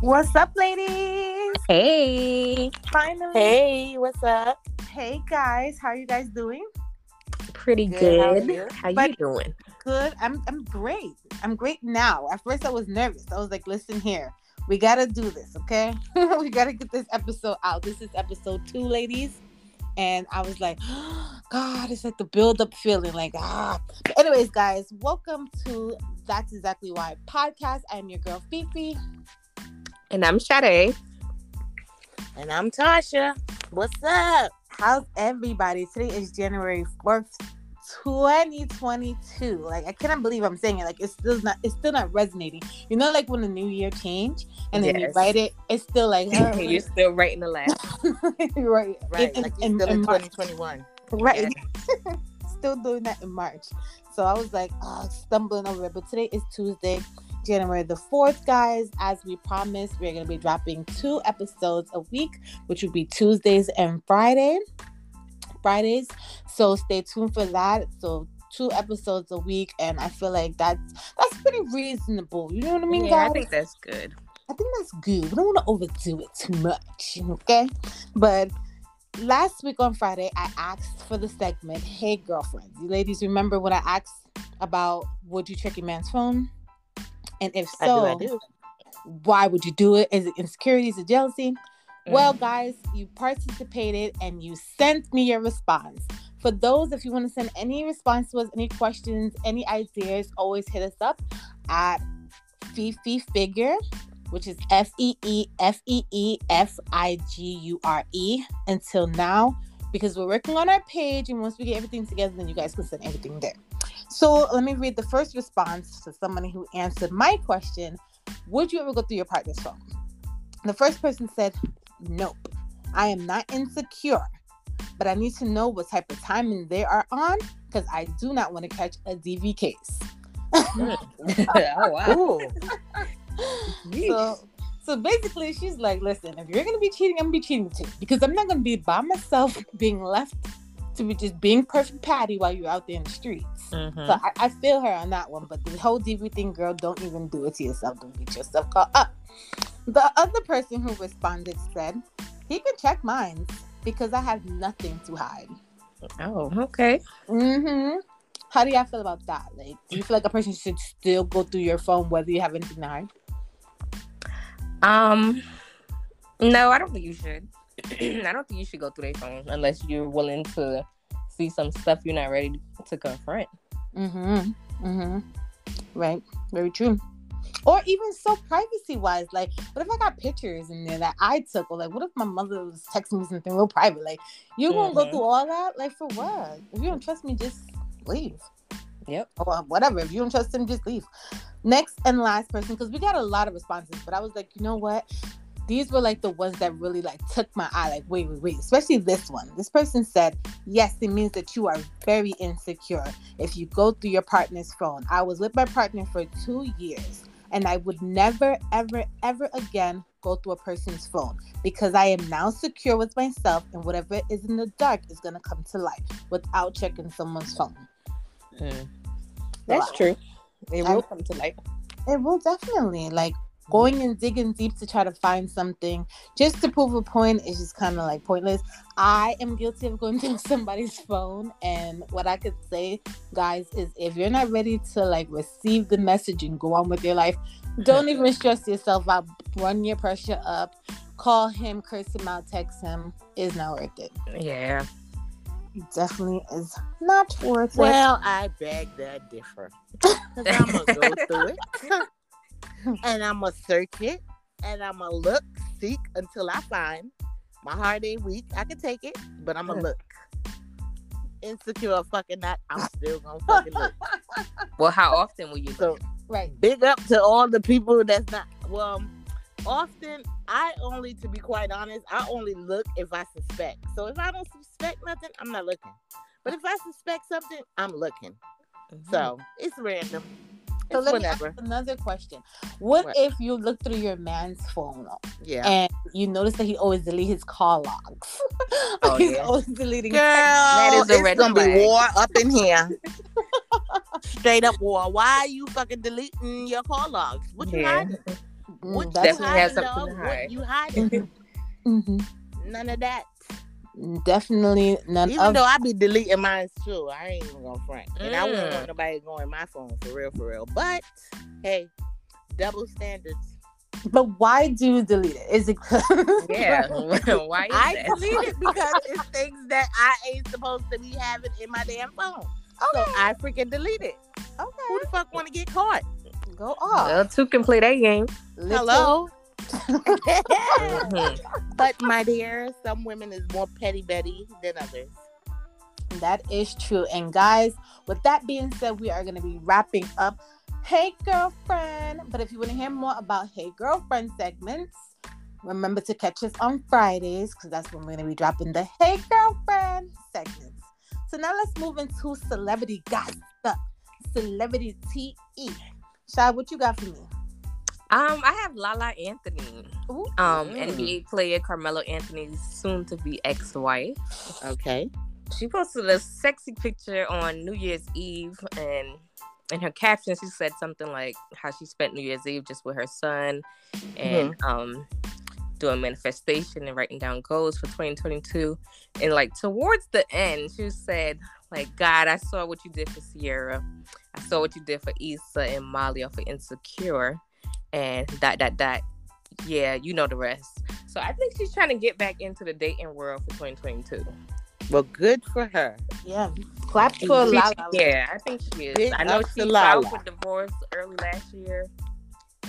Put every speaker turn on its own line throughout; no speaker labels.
What's up, ladies?
Hey,
Finally.
Hey, what's up?
Hey, guys. How you guys doing?
pretty
Good, how
good.
are you?
How you,
But-
doing?
Good. I'm I'm great. I'm great now. At first I was nervous. I was like, listen here. We gotta do this, okay? we gotta get this episode out. This is episode two, ladies. And I was like, God, it's like the build-up feeling, like ah. But anyways, guys, welcome to That's Exactly Why podcast. I'm your girl Fifi.
And I'm Sade.
And I'm Tasha. What's up?
How's everybody? Today is January 4th, 2022. Like I cannot believe I'm saying it. Like it's still not it's still not resonating. You know, like when the new year changed and then you
Yes.
write it, it's still like huh,
You're still right in the last.
right,
Right,
in-
like
in-
you're still
in
in
March.
2021.
Right. still doing that in March. So I was like, oh, stumbling over it. But today is Tuesday, January the 4th, guys. As we promised, we're going to be dropping two episodes a week, which will be Tuesdays and Friday. Fridays. So stay tuned for that. So two episodes a week and I feel like that's that's pretty reasonable. You know what I mean,
yeah, I
guys?
think that's good.
I think that's good. We don't want to overdo it too much, okay? But last week on Friday, I asked for the segment, Hey Girlfriends. You ladies remember when I asked about would you check your man's phone? And if
I
so,
do, I do.
why would you do it? Is it insecurity? Is it jealousy? Well, guys, you participated and you sent me your response. For those, if you want to send any response to us, any questions, any ideas, always hit us up at Fifi Figure, which is F E E F E E F I G U R E. Until now, because we're working on our page, and once we get everything together, then you guys can send everything there. So let me read the first response to somebody who answered my question: Would you ever go through your partner's phone? The first person said, Nope. I am not insecure, but I need to know what type of timing they are on because I do not want to catch a DV case.
oh wow.
Ooh,
So, so basically, she's like, listen, if you're going to be cheating, I'm going to be cheating too because I'm not going to be by myself being left to be just being perfect patty while you're out there in the streets.
Mm-hmm.
So I, I feel her on that one, but the whole DV thing, girl, don't even do it to yourself. Don't get yourself caught up. The other person who responded said, he can check mine because I have nothing to hide.
Oh, okay.
hmm How do y'all feel about that? Like, do you feel like a person should still go through your phone whether you have anything to hide?
Um, no, I don't think you should. I don't think you should go through their phone unless you're willing to see some stuff you're not ready to confront.
Mm-hmm. Mm-hmm. Right. Very true. Or even so privacy wise, like what if I got pictures in there that I took? Or like what if my mother was texting me something real private? Like you gonna go
Mhm.
through all that? Like for what? If you don't trust me, just leave.
Yep.
Or whatever. If you don't trust him, just leave. Next and last person, because we got a lot of responses, but I was like, you know what? These were like the ones that really like took my eye. Like, wait, wait, wait. Especially this one. This person said, yes, it means that you are very insecure if you go through your partner's phone. I was with my partner for two years and I would never, ever, ever again go through a person's phone because I am now secure with myself and whatever is in the dark is going to come to light without checking someone's phone.
Mm, That's
Wow.
true. It
I-
will come to light.
It will definitely like going and digging deep to try to find something just to prove a point is just kind of like pointless. I am guilty of going through somebody's phone, and what I could say, guys, is if you're not ready to like receive the message and go on with your life, don't even stress yourself out. Run your pressure up. Call him, curse him out, text him. It's not worth it.
Yeah.
It definitely is not worth it.
well, I beg to differ. Because I'm going to go through it. and I'm going to search it. And I'm going to look, seek until I find. My heart ain't weak. I can take it, but I'm going to look. Insecure or fucking not, I'm still going to fucking look.
Well, how often will you?
So
Right.
big up to all the people that's not well often i only to be quite honest i only look if i suspect so if i don't suspect nothing i'm not looking but if i suspect something i'm looking so it's random
So let
it's
me
whatever
ask another question. What,
What?
if you look through your man's phone
yeah
and you notice that he always deletes his call logs?
Oh,
He's
yeah.
always deleting.
girl that
is a red
gonna
flag.
be war up in here straight up war why are you fucking deleting your call logs what you
Yeah.
hiding What you
Mm, that's-
Definitely has
hiding,
something to
dog?
hide.
What you hiding?
Mhm. Mhm.
None of that.
Definitely none
Even
of
though I be deleting mine too, I ain't even gonna front, and I wouldn't
Mm.
want nobody going my phone for real, for real. But hey, double standards.
But why do you delete it? Is it
Yeah. Why is
I
that?
delete it because it's things that I ain't supposed to be having in my damn phone, so I freaking delete it. Who
Okay.
the fuck want to get caught?
Go off.
Well, two can play that game.
Hello.
Mhm.
but my dear, some women is more petty Betty than others.
That is true. And guys, with that being said, we are going to be wrapping up Hey Girlfriend. But if you want to hear more about Hey Girlfriend segments, remember to catch us on Fridays because that's when we're going to be dropping the Hey Girlfriend segments. So now let's move into celebrity gossip, celebrity TE. Shad, what you got for me?
Um, I have Lala Anthony,
Ooh.
um,
Mm.
NBA player Carmelo Anthony's soon-to-be ex-wife.
Okay.
She posted a sexy picture on New Year's Eve, and in her caption, she said something like how she spent New Year's Eve just with her son, and um, doing manifestation and writing down goals for 2022. And like towards the end, she said, "Like God, I saw what you did for Sierra, I saw what you did for Issa and Molly off of Insecure, and dot dot dot. Yeah, you know the rest." So I think she's trying to get back into the dating world for 2022.
Well, good for her.
Yeah. Clap for
She-
Lala.
Yeah, I think she is.
Big
I know
up to
she
Lala.
filed for divorce early last year,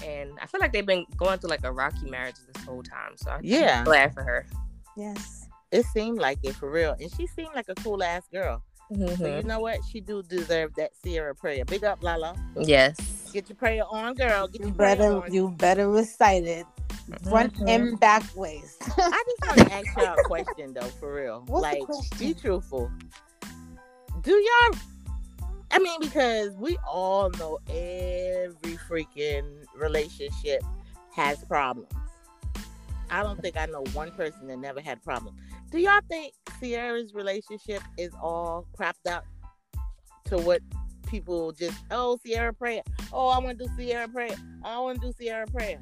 and I feel like they've been going through like a rocky marriage this whole time. So I'm
Yeah.
glad for her.
Yes.
It seemed like it for real, and she seemed like a cool ass girl. So you
Mhm.
know what? She do deserve that Sierra prayer. Big up, Lala.
Yes.
Get your prayer on, girl. Get
You
your prayer
better
on.
you better recite it. Front
Mhm.
and back ways.
I just want to ask y'all a question though, for real.
What's the
like, be
question?
truthful. Do y'all? I mean, because we all know every freaking relationship has problems. I don't think I know one person that never had problems. Do y'all think Sierra's relationship is all cropped up to what people just? Oh, Sierra prayer. Oh, I want to do Sierra prayer. I want to do Sierra prayer.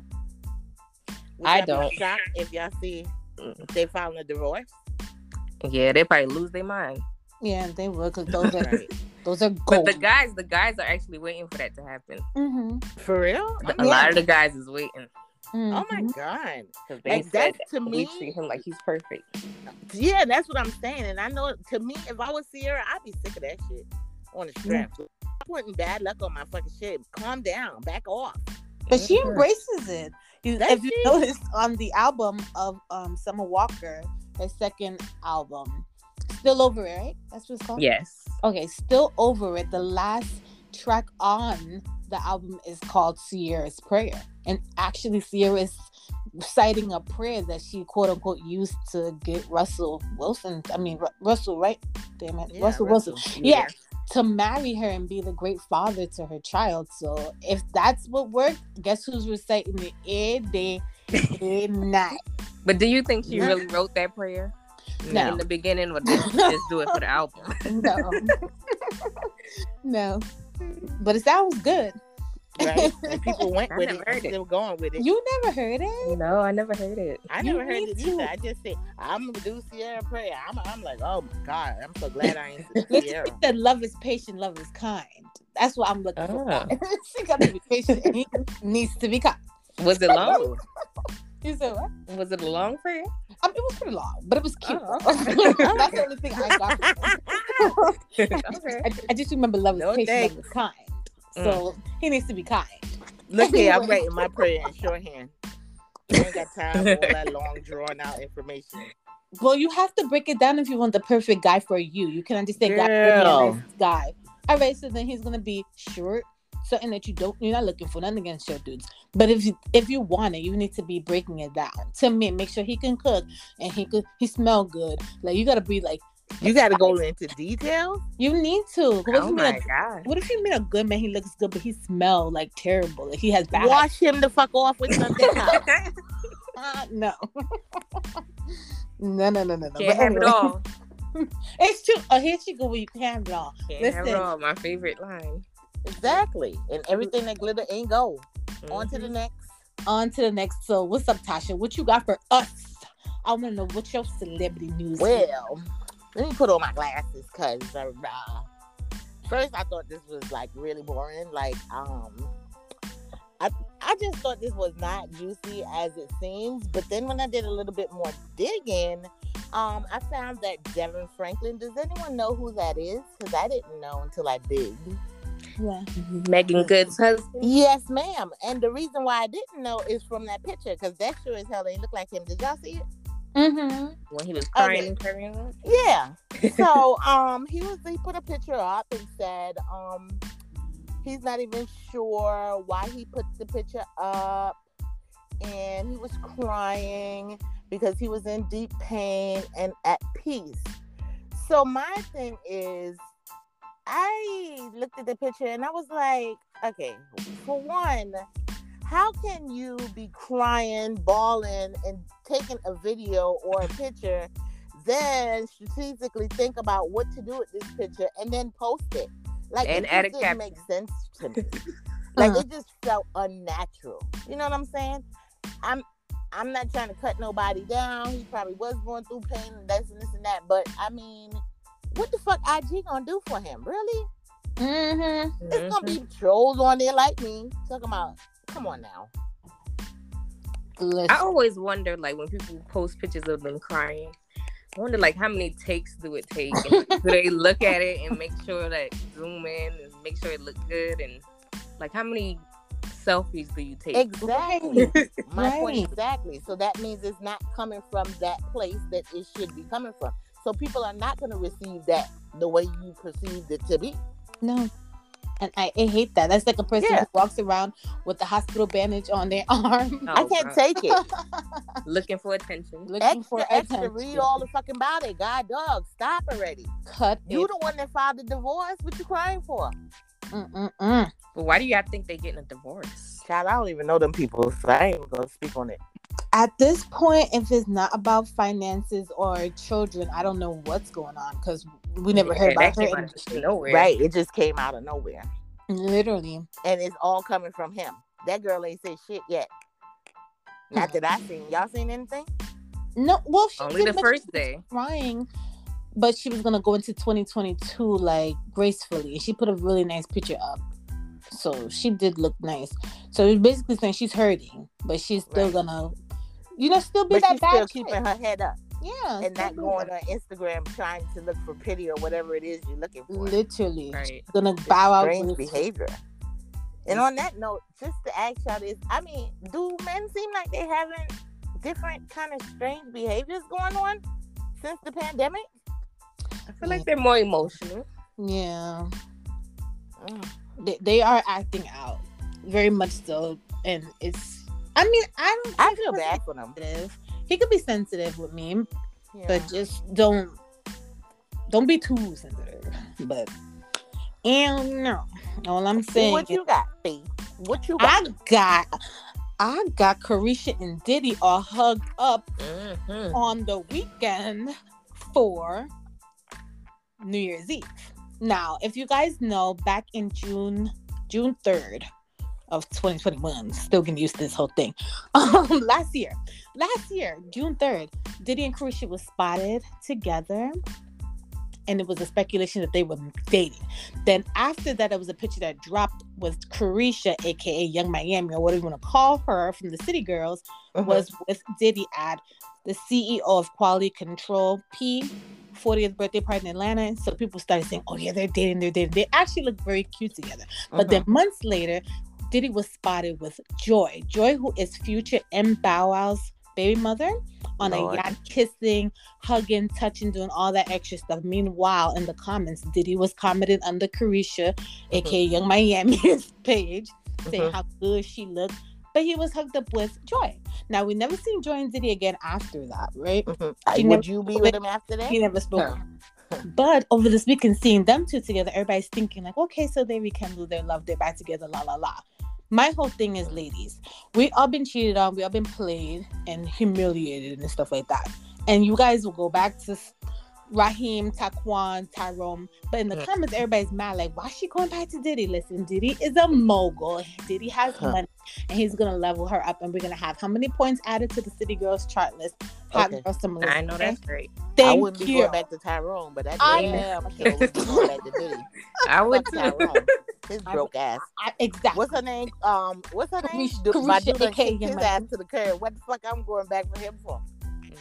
Would
I
y'all be
don't. Mm.
shocked if y'all see if they filing a divorce.
Yeah, they probably lose their mind.
Yeah, they would because those are
Right.
those are
But
gold.
the guys, the guys are actually waiting for that to happen.
hmm
For real?
The-
I
A
mean,
lot of the guys is waiting
Oh
mm-hmm.
my god!
because they
Like
said
that's to
we
me.
treat him like he's perfect.
Yeah, that's what I'm saying. And I know to me, if I was Sierra, I'd be sick of that shit on the strap. I'm putting bad luck on my fucking shit. Calm down, back off.
But she
Mhm.
embraces it. You,
Does
if you
she?
notice on the album of um, Summer Walker, her second album, Still Over It, right? That's what it's called?
Yes.
Okay, Still Over It. The last track on the album is called Sierra's Prayer. And actually, Sierra is citing a prayer that she quote unquote used to get Russell Wilson. I mean, Ru- Russell, right? Damn it.
Yeah,
Russell Wilson Yeah. to marry her and be the great father to her child. So if that's what worked, guess who's reciting the air day, day night.
But do you think she
No.
really wrote that prayer
No.
in the beginning, or did she just do it for the album?
No, no, but it sounds good.
Right? And people went
I
with
never
it.
heard
and
it.
Still going with it.
You never heard it?
No, I never heard it.
I
you
never heard
need
it
to.
either. I just said I'm gonna do Sierra prayer. I'm, I'm like, oh my god, I'm so glad I ain't Sierra.
It said love is patient, love is kind. That's what I'm looking
Ah.
for. she got to be patient. and he needs to be kind.
Was it long?
You said what?
Was it a long prayer?
I mean, it was pretty long, but it was cute.
Oh,
That's the only thing I got. from it.
okay.
I, I just remember love is
No
patient,
thanks.
love is kind. So he needs to be kind.
Look here, I'm
Anyway.
writing my prayer in shorthand. I ain't got time for all that long drawn out information.
Well, you have to break it down if you want the perfect guy for you. You can understand God
Girl.
will be a nice guy. All right, so then he's gonna be short, something that you don't you're not looking for, nothing against short dudes. But if you if you want it, you need to be breaking it down to me. Make sure he can cook and he could he smell good. Like you gotta be like
You got to go into details.
you need to. What if
Oh
you mean
my
a,
god.
what if you mean a good man? He looks good, but he smell like terrible. Like he has bad.
Wash him the fuck off with something else.
Uh, no. no, no, no, no, no. But
Can't have it
anyway.
all.
It's true. Oh, here she go. Where you can have it all.
Can't have it
Listen.
all. My favorite line.
Exactly. And everything that glitter ain't gold. On to the next.
on to the next. So, what's up, Tasha? What you got for us? I want to know what your celebrity news. is.
Well, let me put on my glasses because uh, first I thought this was like really boring. Like, um, I I just thought this was not juicy as it seems. But then when I did a little bit more digging, um, I found that Devin Franklin. Does anyone know who that is? Because I didn't know until I digged.
yeah.
Mm-hmm. Megan Good's husband.
Yes, ma'am. And the reason why I didn't know is from that picture because that sure as hell ain't look like him. Did y'all see it?
Mm-hmm.
When he was
Okay.
crying and carrying on.
Yeah. So um he was he put a picture up and said um he's not even sure why he put the picture up and he was crying because he was in deep pain and at peace. So my thing is I looked at the picture and I was like, okay, for one, how can you be crying, bawling, and taking a video or a picture, then strategically think about what to do with this picture and then post it? Like
And
it
add
just
a
didn't
caption.
make sense to me. like it just felt unnatural. You know what I'm saying? I'm I'm not trying to cut nobody down. He probably was going through pain and this and this and that. But I mean, what the fuck IG gonna do for him? Really?
Mm-hmm.
It's gonna be trolls on there like me talking about. Come on now.
Mm-hmm. I always wonder, like, when people post pictures of them crying, I wonder, like, how many takes do it take? And do they look at it and make sure that zoom in and make sure it look good? And like, how many selfies do you take?
Exactly. My point
Right.
exactly. So that means it's not coming from that place that it should be coming from. So people are not gonna receive that the way you perceived it to be.
No. And I, I hate that. That's like a person
Yeah.
who walks around with the hospital bandage on their arm,
Oh,
I can't
God.
take it.
looking for attention.
looking for
extra, extra.
attention.
Read all the fucking about it. God, dog, stop already.
Cut
You
it.
the one that filed the divorce. What you crying for?
Mm-mm-mm.
But why do y'all think they getting a divorce?
Child, I don't even know them people, so I ain't even gonna speak on it.
At this point, if it's not about finances or children, I don't know what's going on because we never heard
Yeah,
about
that
her.
came out
and-
of nowhere.
Right? It just came out of nowhere,
Literally.
and it's all coming from him. That girl ain't said shit yet. Not that I seen. Y'all seen anything?
No, well, she
Only
did
the
mention
first day.
crying, but she was gonna go into 2022 like gracefully. She put a really nice picture up, so she did look nice. So it's basically saying she's hurting, but she's still
Right.
gonna, you know, still be
But
that
she's still
bad
keeping
chick.
her head up
Yeah,
and
still
not
be
going
that-
on Instagram trying to look for pity or whatever it is you're looking for.
Literally,
Right.
she's gonna bow out.
strange
gracefully.
behavior. And on that note, just to ask y'all this, I mean, do men seem like they having different kind of strange behaviors going on since the pandemic?
I feel like they're more emotional.
Yeah, they, they are acting out very much so, and it's. I mean, I don't.
I
think
feel
he's
bad for them.
sensitive. He could be sensitive with me,
Yeah.
but just don't don't be too sensitive. But and no, all I'm
See
saying,
what you got, Fee? What you got?
I got I got Carisha and Diddy all hugged up
Mhm.
on the weekend for New Year's Eve. Now, if you guys know, back in June, June 3rd of 2021, still getting used to this whole thing. Um, last year, last year, June 3rd, Diddy and Carisha was spotted together. And it was a speculation that they were dating. Then after that, there was a picture that dropped with Carisha, aka Young Miami, or whatever you want to call her from the City Girls,
Uh-huh.
was with Diddy at the CEO of Quality Control P 40th birthday party in Atlanta. So people started saying, oh, yeah, they're dating, they're dating. They actually look very cute together. But
Mm-hmm.
then months later, Diddy was spotted with Joy. Joy, who is future M. Bow Wow's baby mother, on a
Lord.
yacht kissing, hugging, touching, doing all that extra stuff. Meanwhile, in the comments, Diddy was commenting under Carisha, aka Young Miami's page, saying
Mhm.
how good she looked. But he was hooked up with Joy. Now we never seen Joy and Diddy again after that, right?
Mhm.
she
Would
never-
you be with him after that?
He never spoke.
No.
But over this weekend, seeing them two together, everybody's thinking like, okay, so they rekindled their love, they're back together, la la la. My whole thing is, ladies, we all been cheated on, we all been played and humiliated and stuff like that, and you guys will go back to s- Raheem, Taquan, Tyrone. But in the
Hmm.
Mm.
comments, everybody's mad. Like, why she going back to Diddy? Listen, Diddy is a mogul. Diddy has
Huh.
money, and he's gonna level her up. And we're gonna have how many points added to the City Girls chart list? Hot
Okay.
girl summer list.
I know
okay?
that's great.
Thank
I wouldn't
you.
be going back to Tyrone, but that
I
damn
am.
I sure wouldn't be going back to Diddy.
I would
Fuck
too.
Tyrone. His
I-
broke ass.
I- exactly.
What's her name? Um, what's her name?
Carisha-
Du- my
Carisha,
dude done
aka
kicked his
Yamada.
ass to the curb. What the fuck? I'm going back for him for?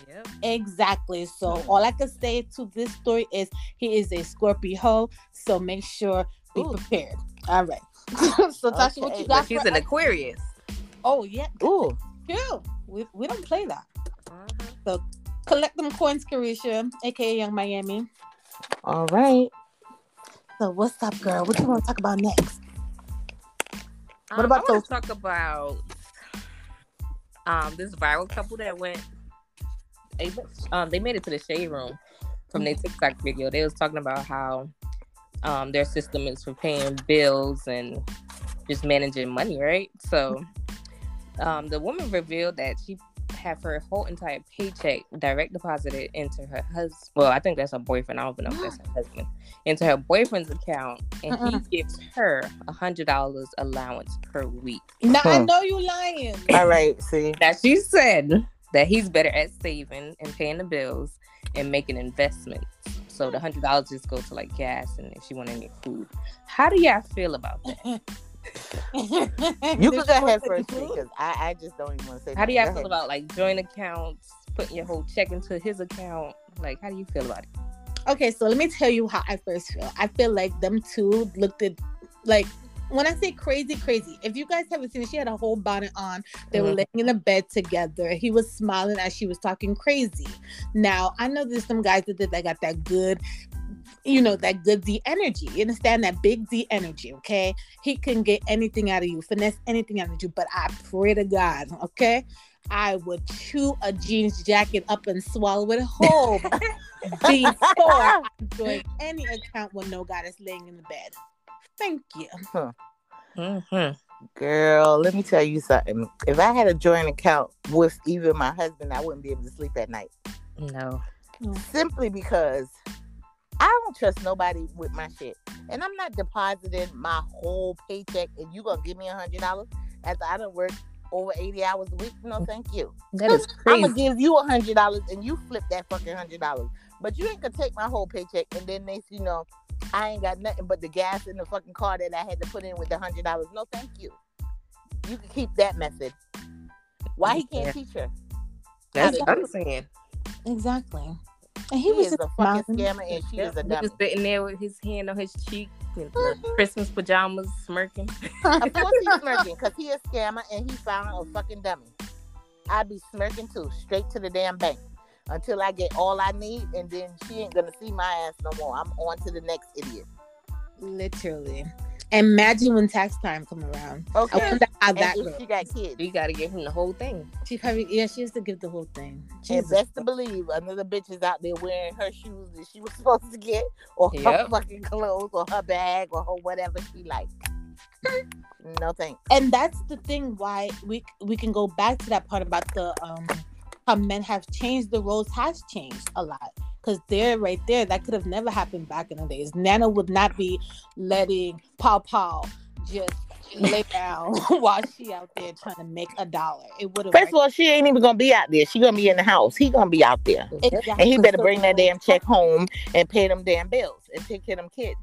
Yep.
Exactly. So
Hmm.
all I can say to this story is he is a Scorpio, so make sure be
Ooh.
prepared. All right. so Tasha, what
Okay.
you
But
got?
she's
for
an
us?
Aquarius.
oh yeah,
Ooh,
too. We, we don't play that.
Uh-huh.
Collect them coins, Carisha, aka Young Miami.
all right.
So what's up, girl? What you want to talk about next? What
Um,
about
I wanna
those-
talk about um this viral couple that went they, um they made it to the shade room from their TikTok video. They was talking about how um their system is for paying bills and just managing money, right? So um the woman revealed that she had her whole entire paycheck direct deposited into her husband. Well, I think that's her boyfriend. I don't even know if that's her husband. Into her boyfriend's account, and
Uh-uh.
he gives her a hundred dollars allowance per week.
Now I
Hmm.
know you lying.
All right. See,
Now she said that he's better at saving and paying the bills and making investments. So the hundred dollars just goes to like gas and if she want any food. How do y'all feel about that?
you can go ahead first because I, I just don't even want to say.
How do
nothing.
y'all
Go
feel about like joint accounts, putting your whole check into his account? Like how do you feel about it?
Okay, so let me tell you how I first feel. I feel like them two looked at like when I say crazy, crazy. If you guys haven't seen it, she had a whole bonnet on. They were
Mhm.
laying in a bed together. He was smiling as she was talking crazy. Now I know there's some guys that did that got that good, you know, that good D energy. You understand that big D energy, okay? He can get anything out of you, finesse anything out of you. But I pray to God, okay? I would chew a jeans jacket up and swallow it whole before I join any account when no God is laying in the bed. Thank you.
Mm-hmm.
Girl, let me tell you something. If I had a joint account with even my husband, I wouldn't be able to sleep at night.
No.
simply because I don't trust nobody with my shit. And I'm not depositing my whole paycheck and you gonna give me a hundred dollars after I done work over eighty hours a week. No, thank you.
That is
I'm
crazy.
gonna give you a hundred dollars and you flip that fucking hundred dollars. But you ain't gonna take my whole paycheck and then they you know I ain't got nothing but the gas in the fucking car that I had to put in with the hundred dollars. No, thank you. You can keep that method. Why he can't
Yeah.
teach her?
That's what I'm saying.
Exactly. And
He
he was
is
just
a fucking
smiling.
scammer and she is a
He was
dummy.
sitting there with his hand on his cheek in the Christmas pajamas smirking.
Of course he's smirking because he a scammer and he found a fucking dummy. I be smirking too, straight to the damn bank until I get all I need, and then she ain't gonna see my ass no more. I'm on to the next idiot.
Literally. Imagine when tax time come around. I
Okay.
wonder how
And
that
if
looks.
she got kids.
You gotta give him the whole thing.
She probably yeah, she has to give the whole thing.
And
Jesus.
best to believe another bitch is out there wearing her shoes that she was supposed to get, or her
Yep.
fucking clothes, or her bag, or her whatever she likes. no thanks.
and that's the thing why we we can go back to that part about the um how men have changed the roles has changed a lot because they're right there that could have never happened back in the days nana would not be letting paw paw just lay down while she out there trying to make a dollar it would have
First of all, she ain't even gonna be out there. She gonna be in the house. He gonna be out there.
exactly.
And he better
So-
bring that damn check home and pay them damn bills and take care of them kids.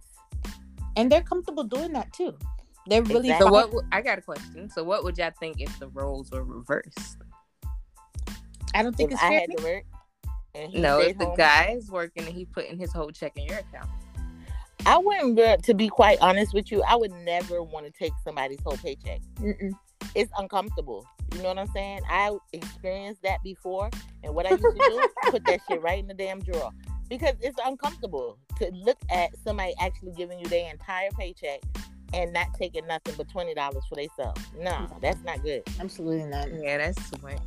and they're comfortable doing that too they're really
Exactly.
So
fine.
what? w- I got a question. So what would y'all think if the roles were reversed?
i don't think
If
it's
I
fair
had to work. And he
No,
stayed
if the
home,
guy is working and he putting his whole check in your account.
I wouldn't. be- To be quite honest with you, I would never want to take somebody's whole paycheck.
Mm-mm.
It's uncomfortable. You know what I'm saying? I experienced that before, and what I used to do, put that shit right in the damn drawer because it's uncomfortable to look at somebody actually giving you their entire paycheck and not taking nothing but twenty dollars for themselves. No, that's not good.
absolutely not
Yeah, that's too much.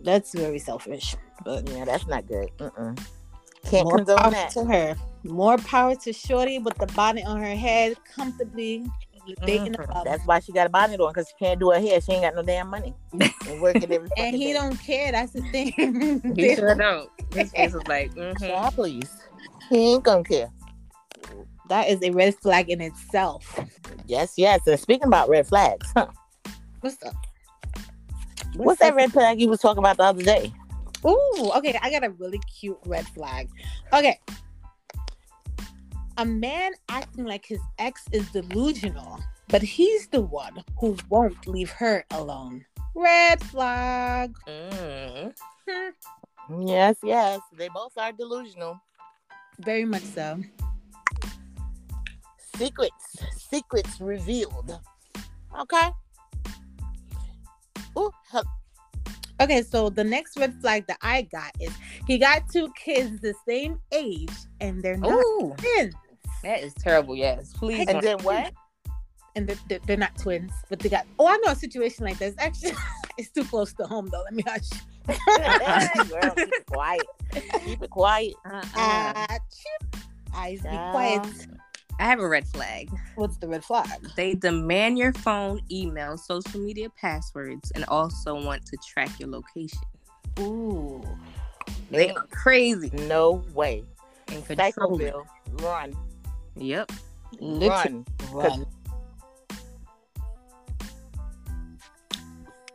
that's very selfish but
Yeah, that's not good. Mm-mm. Can't
More
condone
power
that.
to her. More power to Shorty with the bonnet on her head, comfortably dating
Mhm.
above.
Mm-hmm. That's why she got a bonnet on because she can't do her hair. She ain't got no damn money. And working every
And
fucking
he
day.
don't care. That's the thing.
He sure don't. His face was like, mm-hmm.
Child, please. He ain't gonna care.
That is a red flag in itself.
Yes, yes. And speaking about red flags, huh?
What's up?
What's that red flag you was talking about the other day?
Ooh, okay. I got a really cute red flag. Okay. A man acting like his ex is delusional, but he's the one who won't leave her alone. Red flag. Hmm.
Mm.
Yes, yes. They both are delusional.
Very much so.
Secrets, secrets revealed. Okay. Ooh, he-
Okay, so the next red flag that I got is he got two kids the same age and they're not
Ooh,
twins.
that is terrible. Yes, please.
And
and
don't-
then what?
And they're, they're, they're not twins, but they got. Oh, I know a situation like this. Actually, it's too close to home though. Let me hush.
Girl, keep it quiet. Keep it quiet.
Uh, chip. Eyes be quiet.
Uh-uh. I have a red flag.
What's the red flag?
They demand your phone, email, social media passwords, and also want to track your location.
Ooh.
They are crazy
No way.
and
Psycho
controlling.
Bill, run,
Yep.
Literally.
run.
Run.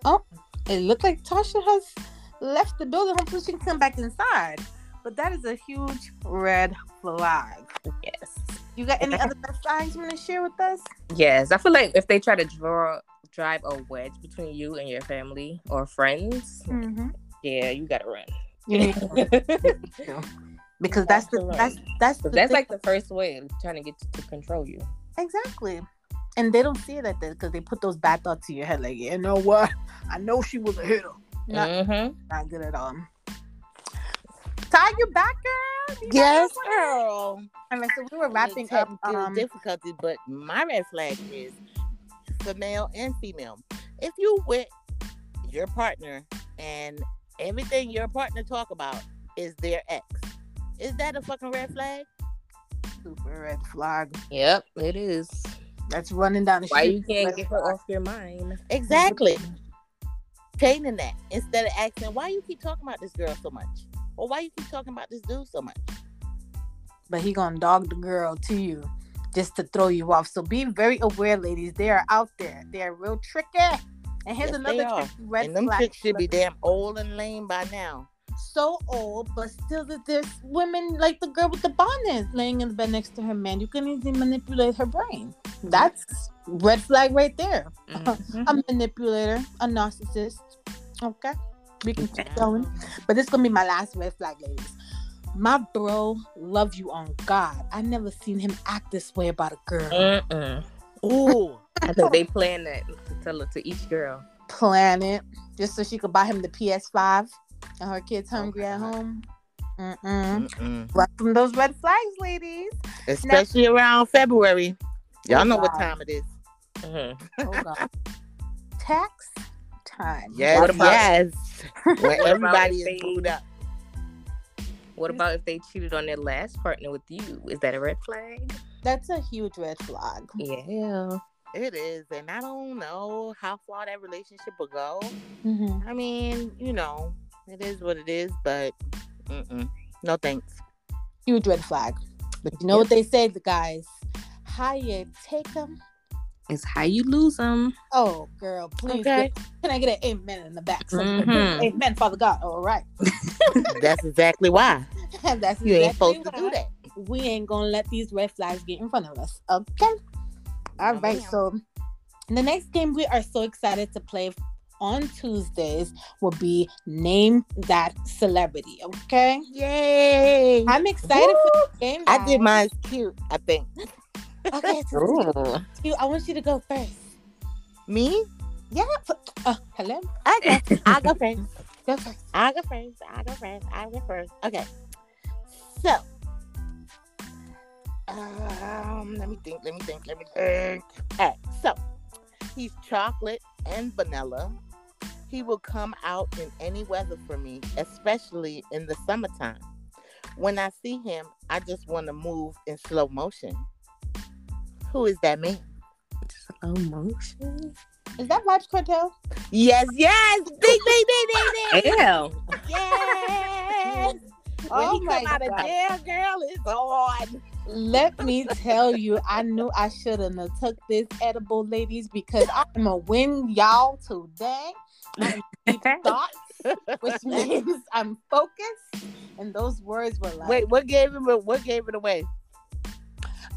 Oh, it looked like Tasha has left the building. Hopefully, she can come back inside. But that is a huge red flag.
Yes.
You got any other red flags you want to share with us?
Yes. I feel like if they try to draw drive a wedge between you and your family or friends,
Mm-hmm.
yeah, you gotta run.
because that's the
Absolutely.
that's that's the
That's
thing.
like the first way of trying to get to control you.
exactly. And they don't see it like that because they put those bad thoughts in your head. Like, you know what? I know she was a hitter. Not
Mm-hmm.
not good at all. Ty, you back, girl. You got
Yes,
one?
girl.
All right, so we were wrapping up.
Technical
Um,
difficulties, but my red flag is for male and female. If you with your partner and everything your partner talk about is their ex, is that a fucking red flag?
super red flag.
Yep, it is.
That's running down the
Why
street.
you can't
Red
get
flag.
her off your mind?
Exactly. Chaining that instead of asking why you keep talking about this girl so much, or why you keep talking about this dude so much.
But he gonna dog the girl to you, just to throw you off. So be very aware, ladies. They are out there. They are real tricky. And here's
Yes, they
another
are.
tricky red
and them
flag.
chicks should be damn old and lame by now.
so old, but still that there's women like the girl with the bonnet laying in the bed next to her man. You can easily manipulate her brain. That's red flag right there.
Mhm.
a manipulator, a narcissist. Okay, we can keep
Okay.
going. But this gonna be my last red flag, ladies. My bro love you on God. I never seen him act this way about a girl.
Uh. Mm-mm.
Ooh,
I think they plan that to tell it to each girl.
Planet, just so she could buy him the PS5, and her kids hungry at
God. Mm-hmm.
home. Mm-mm.
Mm-mm.
Run from those red flags, ladies.
especially around February. Y'all know what
God.
time it is.
Mhm.
Oh God. Tax time.
Yes,
What about-
yes. When
about
everybody
if
is
they-
booed up.
What about if they cheated on their last partner with you? Is that a red flag?
That's a huge red flag.
Yeah.
It is, and I don't know how far that relationship will go.
Mm-hmm.
I mean, you know, it is what it is, but mm-mm. no thanks.
Huge red flag. But you know what they say, the guys. How you take them
It's how you lose them.
Oh, girl, please.
Okay.
get- Can I get an amen in the back? somewhere?
Mm-hmm.
Mhm.
Amen, Father God. All right.
That's exactly why
And That's
you ain't
exactly
supposed to
why
do that.
We ain't going to let these red flags get in front of us. Okay. All
No,
right.
ma'am.
So, the next game we are so excited to play on Tuesdays will be Name That Celebrity. Okay.
Yay! I,
I'm excited for the game.
I did
guys.
mine's cute. I think
Okay. So
Ooh.
you- I want you to go first.
me.
Yeah. but- Uh, hello?
I go. I go first.
Go first.
I go first. I go first. I go first. Okay. So, um, let me think. Let me think. Let me think. All right. So, he's chocolate and vanilla. He will come out in any weather for me, especially in the summertime. When I see him, I just want to move in slow motion. Who is that man?
Slow motion.
Is that Vibes Cartel?
Yes, yes. Ding, ding, ding, ding, ding.
Ew.
Yes. when
Oh
he
my
come out
God.
of jail, girl, it's on.
Let me tell you, I knew I shouldn't have took this edible, ladies, because I'm gonna win y'all today. Thoughts, which means I'm focused, and those words were like,
Wait, what gave him? A, what gave it away?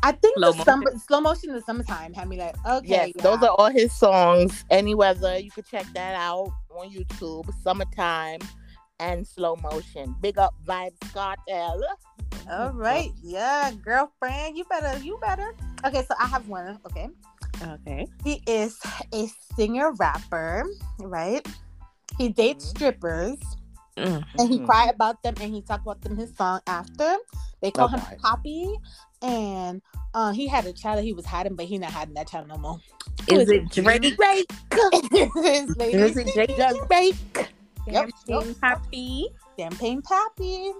I think
Slow
the summer, slow motion in the summertime had me like, okay,
yes,
yeah.
those are all his songs. Any weather, you can check that out on YouTube. Summertime and slow motion. Big up vibes cartel.
all right, yeah, girlfriend, you better, you better. Okay, so I have one. Okay,
Okay.
he is a singer rapper, right? He dates
Mhm.
strippers.
Mm.
and he
Mhm.
cried about them and he talked about them in his song after they call him
Okay.
poppy and uh, he had a child that he was hiding but he not hiding that child no more Who
Is it Drake?
Drake,
This lady.
Is it Drake?
just Drake.
Yep,
Champagne
yep.
Poppy.
champagne poppy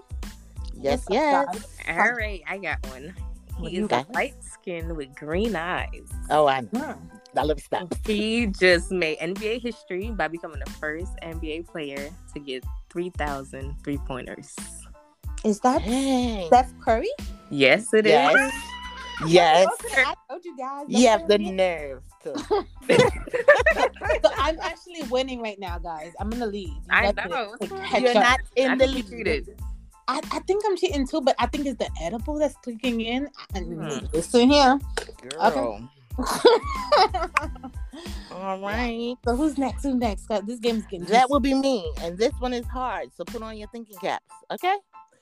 Yes,
Yes,
yes.
guys.
All right, I got one.
What
He
you
is
got?
light skinned with green eyes.
Oh, I know.
Hmm.
Now let me stop.
He just made NBA history by becoming the first NBA player to get 3,000 three pointers.
is that
Dang.
Steph Curry Oh,
Yes, it is.
Yes. Yes.
I told you guys
You have
That's
the
what it
nerve to.
is. so I'm actually winning right now guys I'm in the lead You
I
got
know.
to, like,
You're
catch
You're
up.
not
I
in the
think you
lead.
cheated.
I, I think I'm cheating too but I think it's the edible that's clicking in
Hmm.
and listen here
Girl. All right.
so who's next who's next 'Cause this game's getting
That will be me. And this one is hard. So put on your thinking caps. Okay?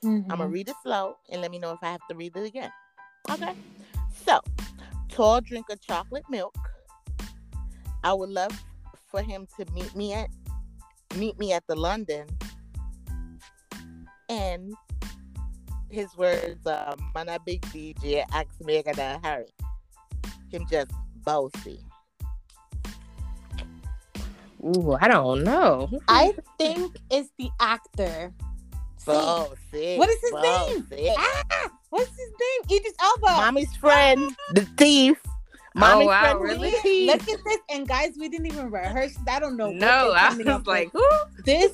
I'm
Mm-hmm.
going to read it slow and let me know if I have to read it again. Okay?
Mm-hmm.
So, tall drink of chocolate milk. I would love for him to meet me at meet me at the London. And his words um, are Mana Big DJ asked me gonna hurry. Him just bossy.
Ooh, I don't know.
I think it's the actor. Sing.
Bossy.
What is his
bossy. name?
Ah, what's his name? Idris Elba.
Mommy's friend, the thief. Mommy's
Oh, wow,
friend,
really?
the thief.
Look at this, and guys, we didn't even rehearse. I don't know. what
No,
they're
I
coming
was
up
like,
with.
who?
this.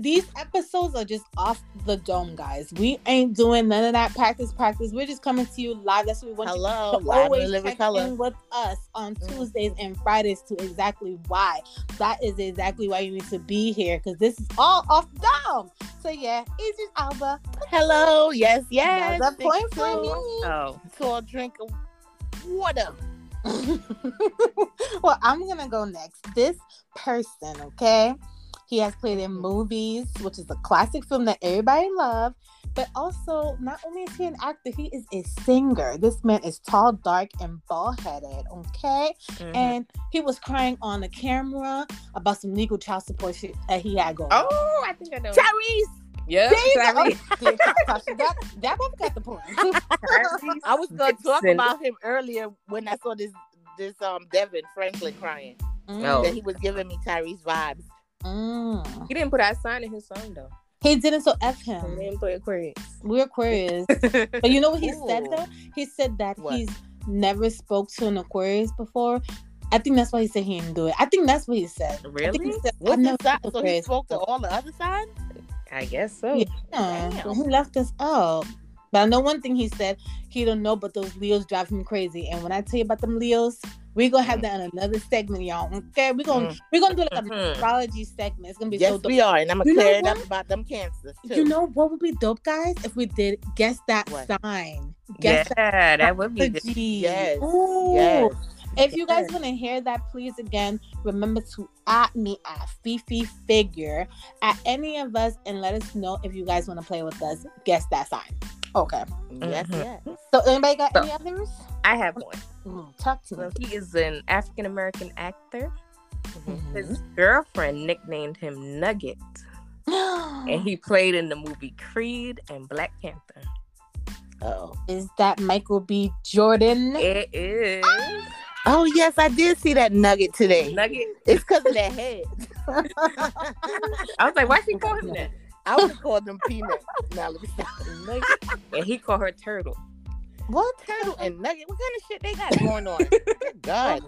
These episodes are just off the dome, guys. We ain't doing none of that practice, practice. We're just coming to you live. That's what we want you
Hello,
to
live
always
and live in
check
color.
in with us on
Mhm.
Tuesdays and Fridays to exactly why. That is exactly why you need to be here because this is all off the dome. So yeah, Idris Elba.
Hello, yes, yes.
Another point for
Six,
me.
Oh,
two, Tall drink of water.
well, I'm gonna go next. This person, okay, he has played in
Mhm.
movies, which is a classic film that everybody loves. But also, not only is he an actor, he is a singer. This man is tall, dark, and bald headed. Okay,
mhm.
and he was crying on the camera about some legal child support shit that he had going. on.
oh, I think I know.
Tyrese,
Yeah,
There you go.
Tyrese.
Did- Tasha, that that one got the point.
Tyrese
I was gonna talk
Gibson.
about him earlier when I saw this this um Devin Franklin crying
No.
that he was giving me Tyrese vibes.
Mm.
He didn't put our sign in his song though.
He didn't, so f
He
Um,
him.
didn't put Aquarius.
We're Aquarius. But you know what he said
Ooh.
though? He said that
What?
he's never spoke to an Aquarius before. I think that's why he said he didn't do it. I think that's what he said. I think he
really?
said,
What's
"I've never
his side?
spoke to
So he
Aquarius
spoke to
before."
all the other sides?
I guess so.
Yeah. Yeah,
Damn.
he left us out. But I know one thing he said, he don't know, but those Leos drive him crazy. And when I tell you about them Leos, we gonna have that in another segment, y'all. Okay, we gonna
Mm.
we gonna do like a
Mhm.
astrology segment. It's gonna be
Yes,
so dope.
we are, and I'm gonna
You know
clear it up
what?
about them cancers too.
You know what would be dope, guys, if we did guess that
What?
sign.
Yeah,
Guess
that would be
the
good.
G.
Yes,
Ooh.
yes.
If you guys
Yes.
want to hear that, please again remember to at me at Fifi Figure at any of us and let us know if you guys want to play with us. Guess that sign. Okay.
Yes, yes.
Mm-hmm.
So anybody got
So-
any others?
I have one.
Mm, talk to me.
So he is an African American actor.
Mhm.
His girlfriend nicknamed him Nugget,
Oh.
and he played in the movie Creed and Black Panther.
Uh-oh.
Is that Michael B. Jordan?
It is
Oh yes, I did see that nugget today.
Nugget.
It's because of that head.
I was like, why she call him that?
I would have called them peanut. Now let me stop.
Nugget. And he called her Turtle.
What?
Turtle and nugget. What kind of shit they got going on? Good God.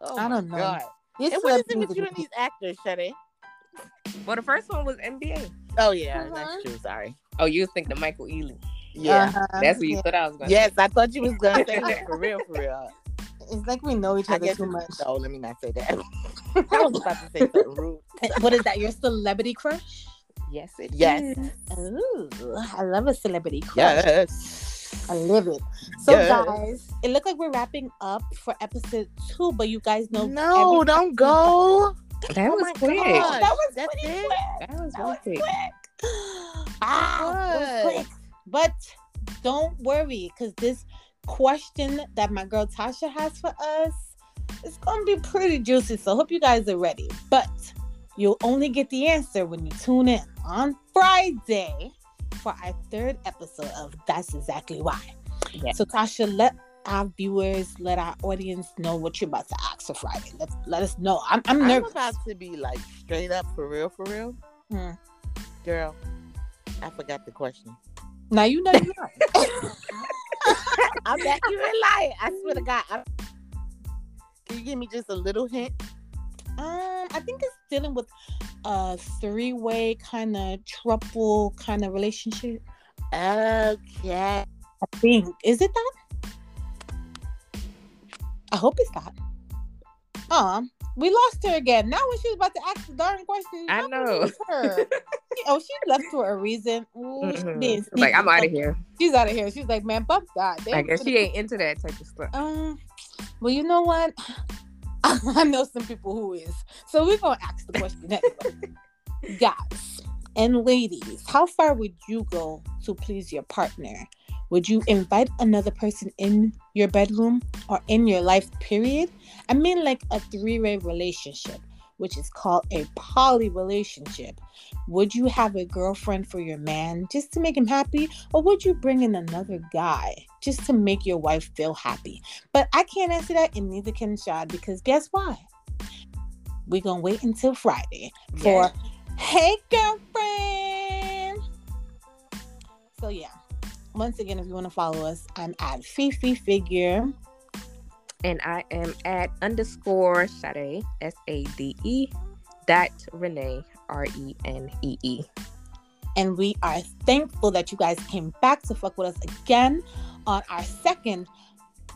Oh,
I
my
don't know.
God.
This
And what is it
celebrity
with you and these actors, Shade?
Well, the first one was NBA.
Oh yeah,
Uh-huh.
that's true. Sorry.
Oh, you was thinking of Michael Ealy.
Yeah.
Uh-huh.
That's what you
Yeah.
thought I was going to
yes, I thought you was gonna say that for real, for real.
It's like we know each
I
other
guess
too
it's-
much.
No, let me not say that. I was about to say something rude.
Oh, what is that? Your celebrity crush?
Yes, it
Yes.
is.
Ooh, I love a celebrity crush.
Yes.
I live it. So
Yes.
guys, it looked like we're wrapping up for episode two, but you guys know
No,
every-
don't go.
That was
my
quick.
Oh,
God.
that was
That's
pretty
it?
quick.
That was
That
real
was
quick.
quick. Ah, it was
Good.
quick. But don't worry, because this question that my girl Tasha has for us is gonna be pretty juicy. So hope you guys are ready. But you'll only get the answer when you tune in on Friday for our third episode of That's Exactly Why.
Yeah.
So Tasha, let our viewers, let our audience know what you're about to ask for Friday. Let, let us know. I'm, I'm
I'm
nervous.
about to be like straight up for real, for real.
Hmm.
Girl, I forgot the question.
Now you know you know.
I bet you were lying. I swear to God. I- Can you give me just a little hint?
Um, I think it's dealing with a three-way kind of trouble kind of relationship.
Okay.
I think is it that? I hope it's that. Um, we lost her again. Now when she was about to ask the darn question,
I
how can we
know.
lose her? oh, she left for a reason. Ooh, she
Mhm.
being
Like I'm
sneaky.
out of here.
She's out of here. She's like, man, bump that. They
I guess
could've-
she ain't into that type of stuff.
Um, well, you know what? I know some people who is. So we're gonna ask the question anyway. Guys and ladies, how far would you go to please your partner? Would you invite another person in your bedroom or in your life period? I mean like a three-way relationship, which is called a poly relationship. Would you have a girlfriend for your man just to make him happy? Or would you bring in another guy just to make your wife feel happy? But I can't answer that, and neither can Shad, because guess what? We're going to wait until Friday for Hey Girlfriend. So, yeah. Once again, if you want to follow us, I'm at Fifi Figure.
And I am at underscore Sade S A D E dot Renee R E N E E.
And we are thankful that you guys came back to fuck with us again on our second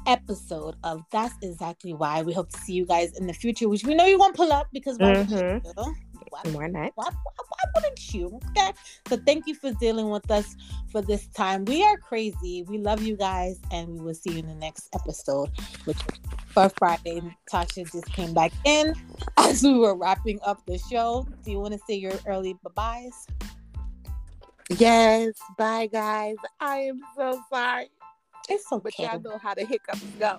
episode of That's Exactly Why. We hope to see you guys in the future, which we know you won't pull up because why would
Mhm.
you? Why,
Why not?
why, why, why wouldn't you? Okay. So thank you for dealing with us for this time. We are crazy. We love you guys, and we will see you in the next episode, which is for Friday. Tasha just came back in as we were wrapping up the show. Do you want to say your early bye byes?
Yes. Bye, guys. I am so sorry.
It's
But
okay.
y'all know how the hiccups go.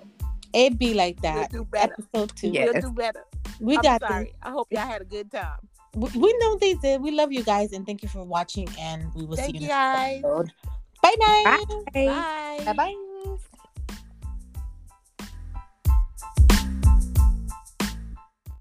It be like
We'll
that.
do better.
Episode two.
Yeah.
We'll
Yes.
do better.
We
I'm
got
sorry. I hope y'all had a good time.
this. We, we know they did. We love you guys and thank you for watching. And we will
Thank
see
you,
you next
guys.
episode. Bye bye.
Bye.
Bye.
Bye bye.